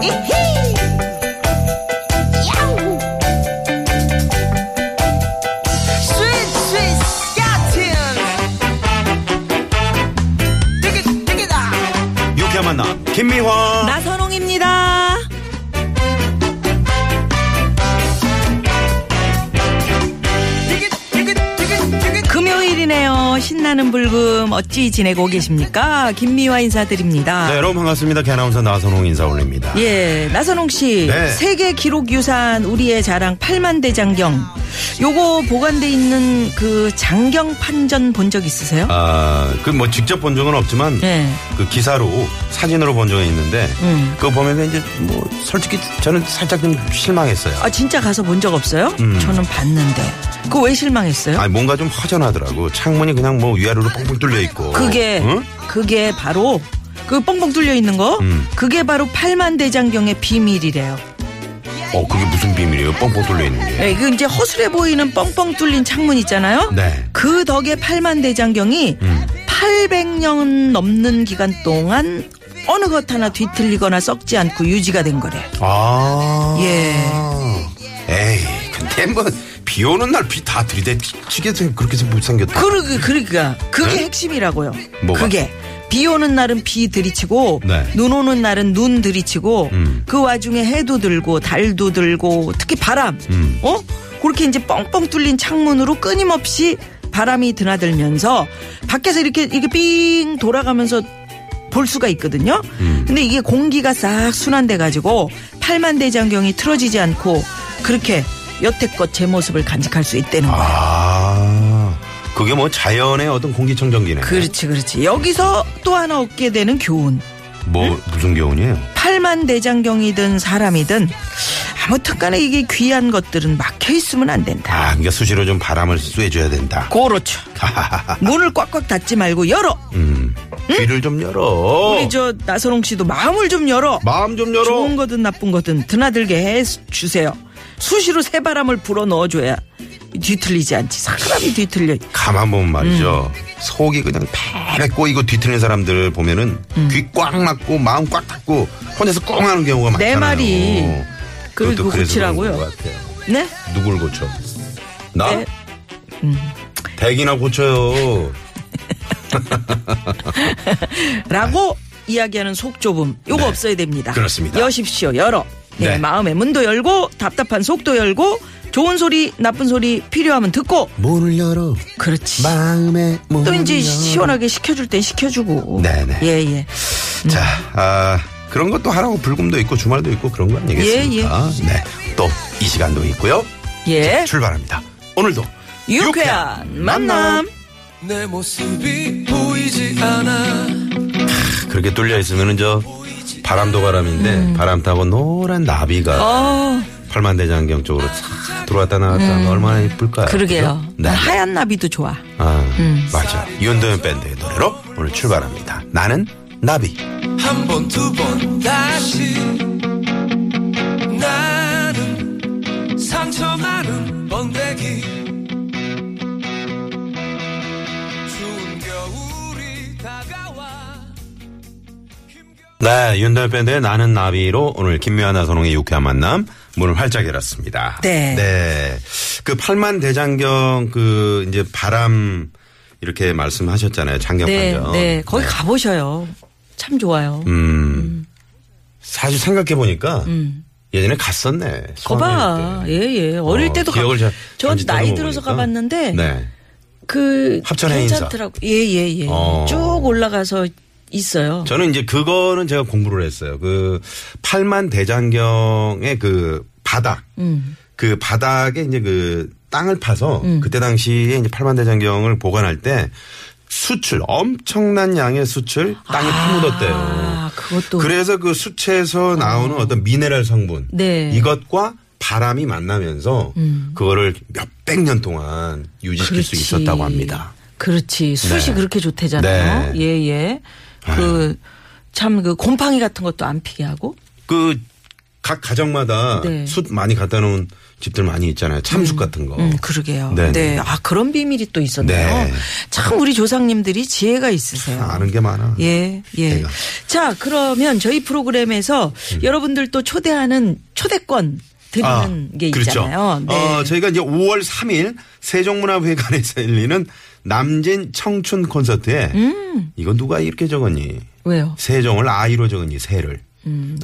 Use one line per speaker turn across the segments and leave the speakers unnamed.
이히! 야우! 스윗 스윗 스카틴! 띠기 띠기다!
유쾌한 만남 김미화
나선홍입니다.
띠기 띠기 띠기 띠기
금요일이네요. 신나는 불금 어찌 지내고 계십니까? 김미화 인사드립니다.
네, 여러분 반갑습니다 개나운서 나선홍 인사 올립니다
예, 나선홍 씨,
네.
세계 기록 유산 우리의 자랑 8만 대장경. 요거 보관돼 있는 그 장경 판전 본 적 있으세요?
아, 그 뭐 직접 본 적은 없지만
예.
그 기사로 사진으로 본 적은 있는데
음.
그거 보면서 이제 뭐 솔직히 저는 살짝 좀 실망했어요
아 진짜 가서 본 적 없어요? 저는 봤는데. 그거 왜 실망했어요?
음. 아니 뭔가 좀 허전하더라고 창문이 그냥 뭐 위아래로 뻥뻥 뚫려 있고
그게
어? 응?
그게 바로 그 뻥뻥 뚫려 있는 거?
음.
그게 바로 8만 대장경의 비밀이래요.
어 그게 무슨 비밀이에요 뻥뻥 뚫려 있는 게
네, 그 이제 허술해 보이는 뻥뻥 뚫린 창문 있잖아요.
네.
그 덕에 팔만 대장경이 800년 넘는 기간 동안 어느 것 하나 뒤틀리거나 썩지 않고 유지가 된 거래.
아.
예.
에이, 근데 뭐, 비 오는 날 비 다 들이대치게 그렇게 못생겼다.
그러게 그러니까 그게 핵심이라고요.
네? 뭐가?
그게 비 오는 날은 비 들이치고
네.
눈 오는 날은 눈 들이치고
음.
그 와중에 해도 들고 달도 들고 특히 바람
음.
어 그렇게 이제 뻥뻥 뚫린 창문으로 끊임없이 바람이 드나들면서 밖에서 이렇게 이렇게 삥 돌아가면서 볼 수가 있거든요.
음.
근데 이게 공기가 싹 순환돼 가지고 팔만 대장경이 틀어지지 않고 그렇게 여태껏 제 모습을 간직할 수 있다는 거예요.
아, 그게 뭐 자연의 어떤 공기청정기네.
그렇지, 그렇지. 여기서 또 하나 얻게 되는 교훈.
뭐, 무슨 교훈이에요?
팔만 대장경이든 사람이든 아무튼 간에 이게 귀한 것들은 막혀 있으면 안 된다.
아, 그러니까 수시로 좀 바람을 쐬줘야 된다.
그렇죠. 문을 꽉꽉 닫지 말고 열어.
음, 귀를 좀 열어.
우리 저 나선홍 씨도 마음을 좀 열어.
마음 좀 열어.
좋은 거든 나쁜 거든 드나들게 해 주세요. 수시로 새바람을 불어 넣어줘야 뒤틀리지 않지. 사람이 뒤틀려.
가만 보면 말이죠. 속이 그냥 팩 꼬이고 뒤틀린 사람들 보면은 귀 꽉 막고 마음 꽉 닫고 혼자서 꽁 하는 경우가 많잖아요.
내 말이 그걸
그것도 그래서 그런
고치라고요?
것 같아요.
네?
누굴 고쳐? 나?
네. 음.
대기나 고쳐요.
라고 이야기하는 속 좁음 요거
네,
없어야 됩니다.
그렇습니다.
여십시오 열어. 네,
네.
마음의 문도 열고 답답한 속도 열고 좋은 소리 나쁜 소리 필요하면 듣고
문을 열어.
그렇지.
마음의 문을
또 이제
열어.
시원하게 시켜줄 땐 시켜주고.
네네.
예예.
자, 아, 그런 것도 하라고 불금도 있고 주말도 있고 그런 거 아니겠습니까? 네. 또 이 시간도 있고요.
예.
출발합니다. 오늘도
유쾌한 만남.
내 모습이 보이지 않아
그렇게 뚫려 있으면은 저 바람도 바람인데 바람 타고 노란 나비가
음. 어
팔만대장경 쪽으로 싹 들어왔다 나갔다 하면 얼마나 이쁠까요?
음. 그러게요. 음.
그죠?
난
네.
하얀 나비도 좋아.
아, 맞아. 윤도현 밴드의 노래로 오늘 출발합니다. 나는 나비.
한 번 두 번 다시 나는 상처 많은 번데기 추운 겨울이 다가와
네, 윤도현 밴드의 나는 나비로 오늘 김미아나 선홍의 유쾌한 만남 문을 활짝 열었습니다.
네.
네. 그 팔만 대장경 그 이제 바람 이렇게 말씀하셨잖아요. 장경
네,
판정.
네. 거기 가보셔요. 참 좋아요.
음. 사실 생각해 보니까 예전에 갔었네.
음. 거봐.
수학여행 때.
예예. 어릴
어,
때도
기억을 잘-
전
잠시
나이
떠나보니까.
들어서 가봤는데
네.
그
합천의 인사.
괜찮더라고. 예예예.
어.
쭉 올라가서 있어요.
저는 이제 그거는 제가 공부를 했어요. 그 팔만 대장경의 그 바닥.
음.
그 바닥에 이제 그 땅을 파서 그때 당시에 이제 팔만 대장경을 보관할 때 수출 엄청난 양의 수출 땅에 파묻었대요.
아, 그것도
그래서 그 수채에서 나오는 어. 떤 미네랄 성분
네. 음.
이것과 바람이 만나면서 그거를 몇백 년 동안 유지시킬 수
그렇지.
있었다고 합니다.
그렇지. 숯이
네.
그렇게 좋대잖아요.
네.
예, 예. 그, 참, 그, 곰팡이 같은 것도 안 피게 하고.
그 각 가정마다
네.
숯 많이 갖다 놓은 집들 많이 있잖아요. 참숯 같은 거.
음, 그러게요.
네.
네. 아, 그런 비밀이 또 있었네요.
네.
참 우리 조상님들이 지혜가 있으세요.
아는 게 많아.
예, 예.
내가. 음.
자, 그러면 저희 프로그램에서 여러분들 또 초대하는 초대권 드리는 게 있잖아요. 네.
아, 그렇죠. 어, 저희가 이제 5월 3일 세종문화회관에서 열리는 남진 청춘 콘서트에
음.
이건 누가 이렇게 적었니?
왜요? 음,
세종을 아이로 적었니? 새를.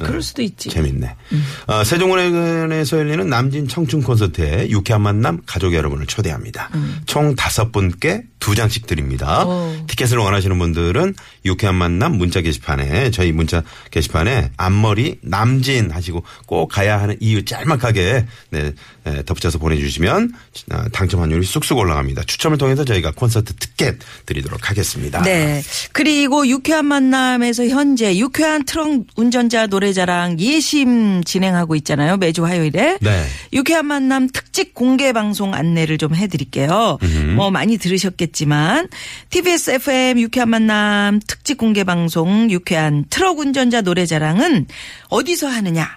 그럴 수도 있지. 음.
재밌네. 어, 세종문화회관에서 열리는 남진 청춘 콘서트에 유쾌한 만남 가족 여러분을 초대합니다.
음.
총 다섯 분께 두 장씩 드립니다. 티켓을 원하시는 분들은 유쾌한 만남 문자 게시판에 저희 문자 게시판에 앞머리 남진 하시고 꼭 가야 하는 이유 짤막하게 네, 에, 덧붙여서 보내주시면 어, 당첨 확률이 쑥쑥 올라갑니다. 추첨을 통해서 저희가 콘서트 티켓 드리도록 하겠습니다.
네. 그리고 유쾌한 만남에서 현재 유쾌한 트럭 운전자 노래자랑 예심 진행하고 있잖아요. 매주 화요일에.
네.
유쾌한 만남 특집 공개 방송 안내를 좀 해드릴게요. 뭐 많이 들으셨겠지만 TBS FM 유쾌한 만남 특집 공개 방송 유쾌한 트럭 운전자 노래자랑은 어디서 하느냐.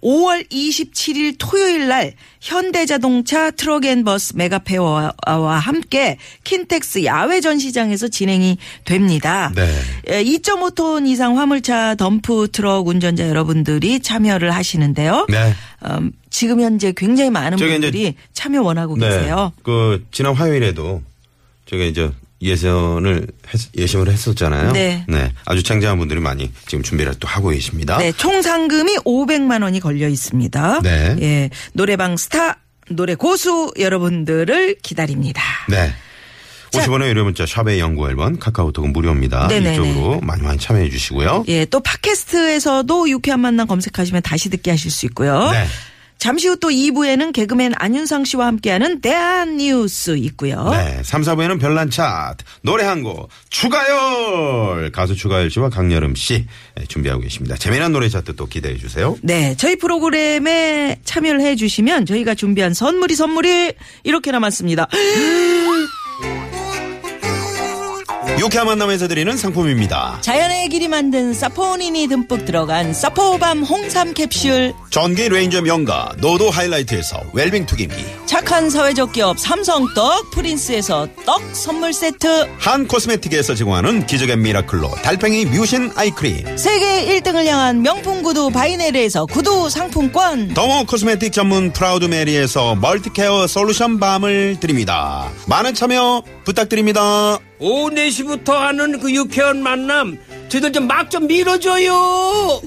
5월 27일 토요일 날 현대자동차 트럭앤버스 메가페어와 함께 킨텍스 야외 전시장에서 진행이 됩니다.
네.
예, 2.5톤 이상 화물차 덤프 트럭 운전자 여러분들이 참여를 하시는데요.
네.
음, 지금 현재 굉장히 많은
저기 이제-
분들이 참여 원하고 계세요.
그 지난 화요일에도 제가 이제 예선을 했- 예심을 했었잖아요.
네.
아주 창작한 분들이 많이 지금 준비를 또 하고 계십니다.
네, 총 상금이 500만 원이 걸려 있습니다.
아. 네.
예, 노래방 스타 노래 고수 여러분들을 기다립니다.
네.
자.
50원의 유료 문자 샵의 연구 앨범 카카오톡은 무료입니다.
네네네.
이쪽으로 많이 많이 참여해 주시고요.
예, 또 팟캐스트에서도 유쾌한 만남 검색하시면 다시 듣게 하실 수 있고요.
네.
잠시 후 또 2부에는 개그맨 안윤상 씨와 함께하는 대한 뉴스 있고요.
네. 3, 4부에는 별난 차트, 노래 한 곡, 추가열! 가수 추가열 씨와 강여름 씨 네, 준비하고 계십니다. 재미난 노래 차트 또 기대해 주세요.
네, 저희 프로그램에 참여를 해 주시면 저희가 준비한 선물이 선물이 이렇게 남았습니다.
유쾌한 만남에서 드리는 상품입니다.
자연의 길이 만든 사포닌이 듬뿍 들어간 사포밤 홍삼 캡슐,
전기 레인저 명가, 노도 하이라이트에서 웰빙 투기미.
착한 사회적 기업 삼성떡 프린스에서 떡 선물 세트,
한 코스메틱에서 제공하는 기적의 미라클로 달팽이 뮤신 아이크림
세계 1등을 향한 명품 구두 바이네르에서 구두 상품권,
더모 코스메틱 전문 프라우드 메리에서 멀티케어 솔루션 밤을 드립니다 많은 참여 부탁드립니다
오후 4시부터 하는 그 유쾌한 만남 저희들 좀 막 좀 밀어줘요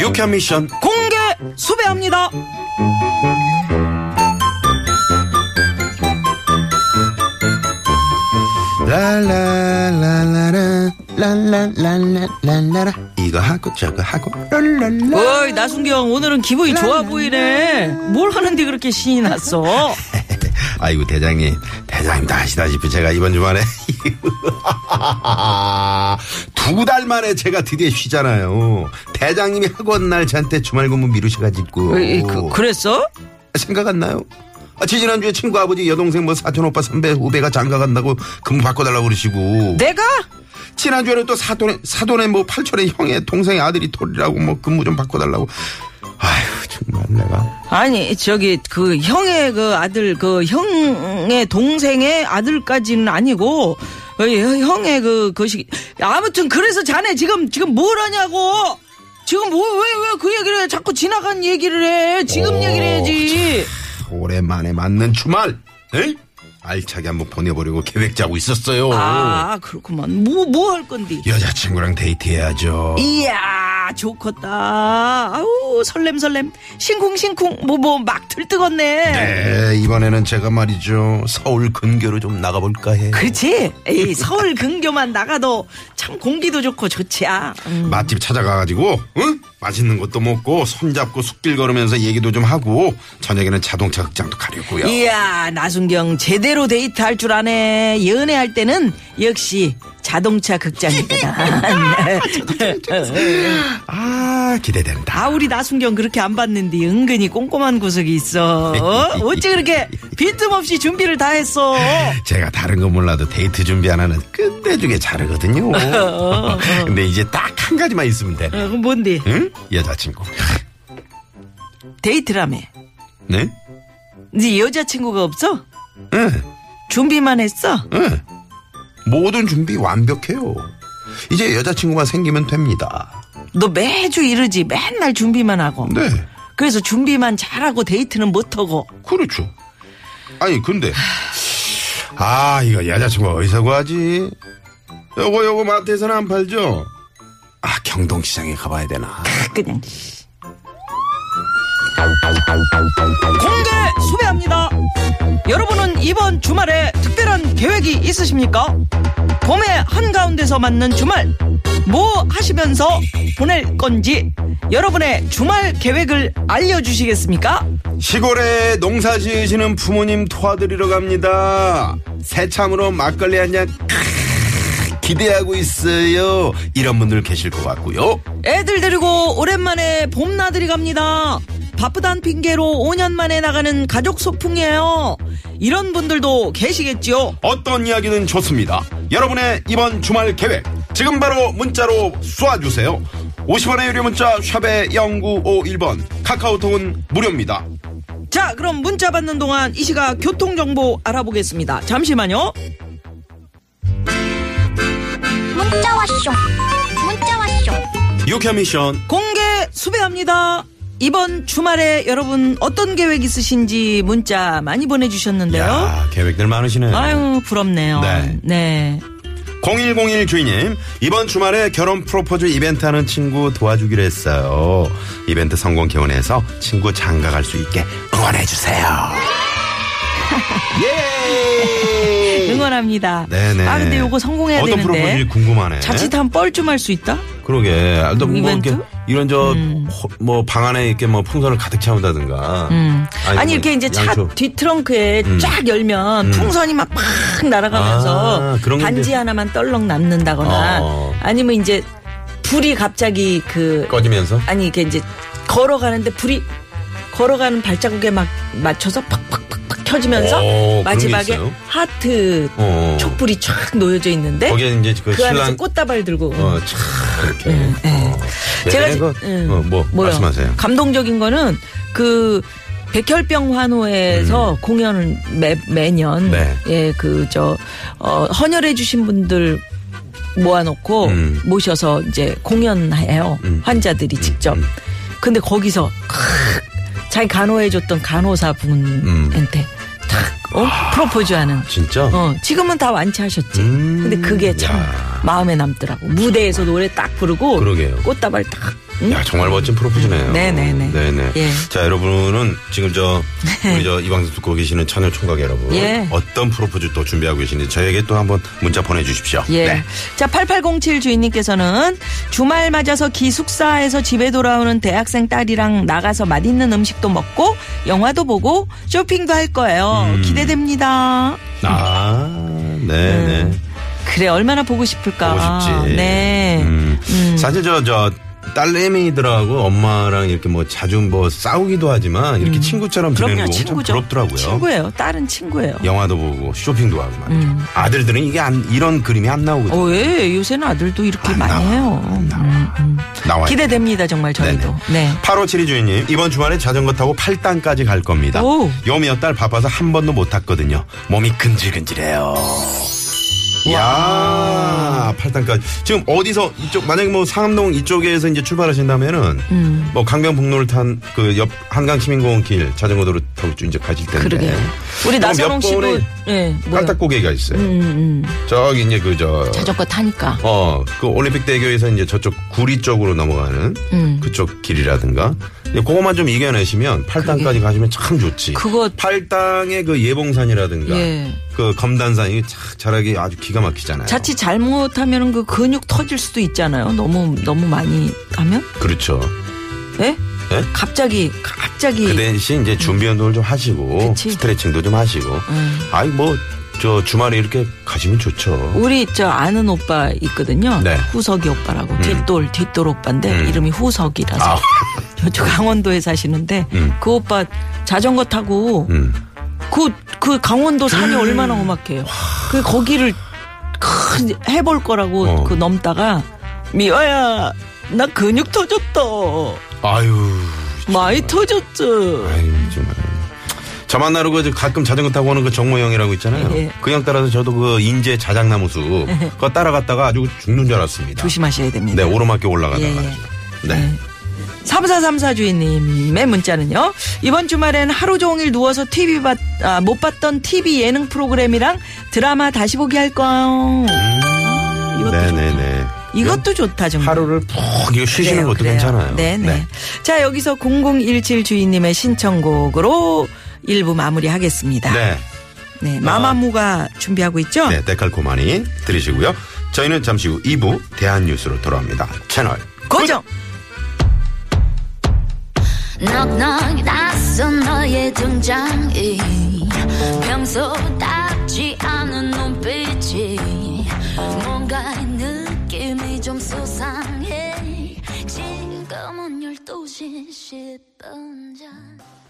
유쾌한 미션
공개 수배합니다.
랄랄랄라라 랄랄랄라라 이거 하고 저거 하고
어이, 나순경, 오늘은 기분이 좋아 보이네. 뭘 하는데 그렇게 신이 났어?
아이고 대장님 대장님 다 아시다시피 제가 이번 주말에 두 달 만에 제가 드디어 쉬잖아요 대장님이 학원 날 저한테 주말 근무 미루셔가지고
에이, 그, 그랬어?
생각 안 나요? 아, 지난주에 친구 아버지 여동생 뭐 사촌 오빠 선배 후배가 장가 간다고 근무 바꿔달라고 그러시고
내가?
지난주에는 또 사돈의 사돈의 뭐 팔촌의 형의 동생의 아들이 돌이라고 뭐 근무 좀 바꿔달라고 아휴 정말 내가
아니 저기 그 형의 그 아들 그 형의 동생의 아들까지는 아니고 어, 형의 그 것이 아무튼 그래서 자네 지금 지금 뭘 하냐고 지금 뭐 왜 왜 그 얘기를 해 자꾸 지나간 얘기를 해 지금
오,
얘기를 해야지
오랜만에 맞는 주말 에이? 알차게 한번 보내보려고 계획 짜고 있었어요
아 그렇구만 뭐 뭐 할 건디
여자친구랑 데이트해야죠
이야 좋겠다 아우 설렘 설렘 싱쿵싱쿵 뭐 뭐 막 들뜨겠네
네, 이번에는 제가 말이죠 서울 근교로 좀 나가볼까 해요
그렇지. 에이, 서울 근교만 나가도 참 공기도 좋고 좋지야. 음.
맛집 찾아가가지고 응? 맛있는 것도 먹고 손잡고 숲길 걸으면서 얘기도 좀 하고 저녁에는 자동차 극장도 가려고요.
예. 이야, 나순경 제대로 데이트할 줄 아네. 연애할 때는 역시 자동차 극장이구나.
아 기대된다.
아 우리 나순경 그렇게 안 봤는데 은근히 꼼꼼한 구석이 있어. 어? 어찌 그렇게 빈틈없이 준비를 다 했어.
제가 다른 건 몰라도 데이트 준비 하나는 끝내주게 잘하거든요. 근데 이제 딱 한 가지만 있으면 돼.
어, 그럼 뭔데?
응? 여자친구.
데이트라며.
네?
네 여자친구가 없어?
응.
준비만 했어?
응. 네, 모든 준비 완벽해요. 이제 여자친구만 생기면 됩니다.
너 매주 이러지. 맨날 준비만 하고.
네.
그래서 준비만 잘하고 데이트는 못하고.
그렇죠. 아니, 근데. 아, 이거 여자친구 어디서 구하지? 요거, 요거 마트에서는 안 팔죠? 아, 경동시장에 가봐야 되나.
그냥. 씨. 공개 수배합니다. 여러분은 이번 주말에 특별한 계획이 있으십니까? 봄의 한가운데서 맞는 주말, 뭐 하시면서 보낼 건지 여러분의 주말 계획을 알려주시겠습니까?
시골에 농사 지으시는 부모님 도와드리러 갑니다. 새참으로 막걸리 한 잔 기대하고 있어요. 이런 분들 계실 것 같고요.
애들 데리고 오랜만에 봄나들이 갑니다. 바쁘단 핑계로 5년 만에 나가는 가족 소풍이에요. 이런 분들도 계시겠지요.
어떤 이야기는 좋습니다. 여러분의 이번 주말 계획 지금 바로 문자로 쏴주세요. 50원의 유료 문자 샵에 0951번 카카오톡은 무료입니다.
자, 그럼 문자 받는 동안 이 시각 교통정보 알아보겠습니다. 잠시만요.
문자 왔쇼 문자 왔쇼
유쾌 미션
공개 수배합니다. 이번 주말에 여러분 어떤 계획 있으신지 문자 많이 보내주셨는데요.
아, 계획들 많으시네.
어? 아유, 부럽네요.
네.
네.
0101 주인님, 이번 주말에 결혼 프로포즈 이벤트 하는 친구 도와주기로 했어요. 이벤트 성공 기원해서 친구 장가 갈 수 있게 응원해주세요. 예!
응원합니다.
네네.
아, 근데 요거 성공해야
어떤
되는데.
프로포즈인지 궁금하네.
자칫하면 뻘쭘할 수 있다?
그러게. 아, 또뭐
이벤트? 음.
이렇게 이런 저 뭐 방 안에 이렇게 뭐 풍선을 가득 채운다든가.
음. 아니,
뭐
이렇게 이제 차
양초.
뒤트렁크에
음.
쫙 열면 풍선이 막 팍 날아가면서
아, 그런 건데.
반지 하나만 떨렁 남는다거나
어.
아니면 이제 불이 갑자기 그
꺼지면서.
아니 이게 이제 걸어가는데 불이 걸어가는 발자국에 막 맞춰서 팍팍팍팍 켜지면서
오, 그런 게
마지막에
있어요?
하트
어.
촛불이 쫙 놓여져 있는데
거기에 이제 그
그 안에서
신랑-
꽃다발 들고
어, 참, 이렇게. 어.
제가
예,
지-
이거,
음.
어, 뭐,
뭐요?
말씀하세요.
감동적인 거는 그 백혈병 환호회에서 공연을 매, 매년
음. 네.
예 그 저 어, 헌혈해 주신 분들 모아놓고
음.
모셔서 이제 공연해요
음.
환자들이 직접
음.
근데 거기서 크- 자기 간호해줬던 간호사 분한테 탁 어? 프로포즈하는
진짜?
어, 지금은 다 완치하셨지.
음,
근데 그게 참
야.
마음에 남더라고. 무대에서 노래 딱 부르고
그러게요.
꽃다발 딱. 응?
야 정말 멋진 프로포즈네요.
음. 네네네.
네네.
예.
자 여러분은 지금 저 우리 저 이 방송 듣고 계시는 처녀 총각 여러분
예.
어떤 프로포즈 또 준비하고 계시는지 저에게 또 한번 문자 보내주십시오.
예.
네.
자, 8807 주인님께서는 주말 맞아서 기숙사에서 집에 돌아오는 대학생 딸이랑 나가서 맛있는 음식도 먹고 영화도 보고 쇼핑도 할 거예요.
음.
기대됩니다.
아 네네.
음. 그래, 얼마나 보고 싶을까.
보고 싶지.
아, 네.
음. 사실 저 저 딸내미들하고 엄마랑 이렇게 뭐 자주 뭐 싸우기도 하지만 이렇게 친구처럼 지내는
음. 그럼요,
거 보면 참
친구죠.
부럽더라고요.
친구예요. 딸은 친구예요.
영화도 보고 쇼핑도 하고 말이죠. 아들들은 이게 안, 이런 그림이 안 나오거든요.
음. 어, 왜? 요새는 아들도 이렇게
안
많이
나와,
해요.
안 나와.
음, 음.
나와요.
기대됩니다, 정말 저희도. 네.
8572 주인님, 이번 주말에 자전거 타고 8단까지 갈 겁니다.
오.
요 몇 달 바빠서 한 번도 못 탔거든요. 몸이 근질근질해요. 야 8단까지. 지금 어디서, 이쪽, 만약에 뭐 상암동 이쪽에서 이제 출발하신다면은,
음.
뭐 강변북로를 탄 그 옆 한강시민공원 길 자전거도로 타고 이제 가실 텐데.
그러게. 우리
또
나선홍
몇
씨도
번의
예, 뭐요?
까딱고개가 있어요.
음,
저기 이제 그 저.
자전거 타니까.
어, 그 올림픽 대교에서 이제 저쪽 구리 쪽으로 넘어가는
음.
그쪽 길이라든가. 이제 그것만 좀 이겨내시면 팔당까지 가시면 참 좋지.
그거-
팔당의 그 예봉산이라든가
예.
그 검단산이 착 자락이 아주 기가 막히잖아요.
자칫 잘못하면 그 근육 터질 수도 있잖아요. 너무 너무 많이 하면?
그렇죠.
예?
예?
갑자기 갑자기
그 대신 이제 준비 운동을 좀 하시고
예. 그치. 예.
스트레칭도 좀 하시고. 아이 뭐 저 주말에 이렇게 가시면 좋죠.
우리 저 아는 오빠 있거든요.
네. 음.
후석이 오빠라고 뒷돌 뒷돌 오빠인데 이름이 후석이라서
아.
저쪽 강원도에 사시는데
음.
그 오빠 자전거 타고
음.
그 그 강원도 산이 얼마나 험악해요. 그 거기를 큰 해볼 거라고
어.
그 넘다가 미화야 나 근육 터졌다
아유,
많이 터졌죠.
아유 정말. 저만 나르고 저 가끔 자전거 타고 오는 그 정모 형이라고 있잖아요.
예.
그 형 따라서 저도 그 인제 자작나무 숲 그거 따라갔다가 아주 죽는 줄 알았습니다.
조심하셔야 됩니다.
네, 오르막길 올라가다가.
예, 예.
아주. 네.
3434 주인님의 문자는요. 이번 주말엔 하루 종일 누워서 TV 봤, 아, 못 봤던 TV 예능 프로그램이랑 드라마 다시 보기 할 거야. 이것도
음. 네네네.
좋다. 이것도 좋다, 정말.
하루를 푹 이거 쉬시는
그래요,
것도
그래요.
괜찮아요.
네네.
네.
자, 여기서 0017 주인님의 신청곡으로 일부 마무리하겠습니다.
네.
네, 마마무가 준비하고 있죠?
네, 데칼코마니 들으시고요. 저희는 잠시 후 2부 대한뉴스로 돌아옵니다. 채널
고정!
넉넉 낯선 너의 등장이 평소 닿지 않은 눈빛이 뭔가 느낌이 좀 수상해 지금은 12시 10분 전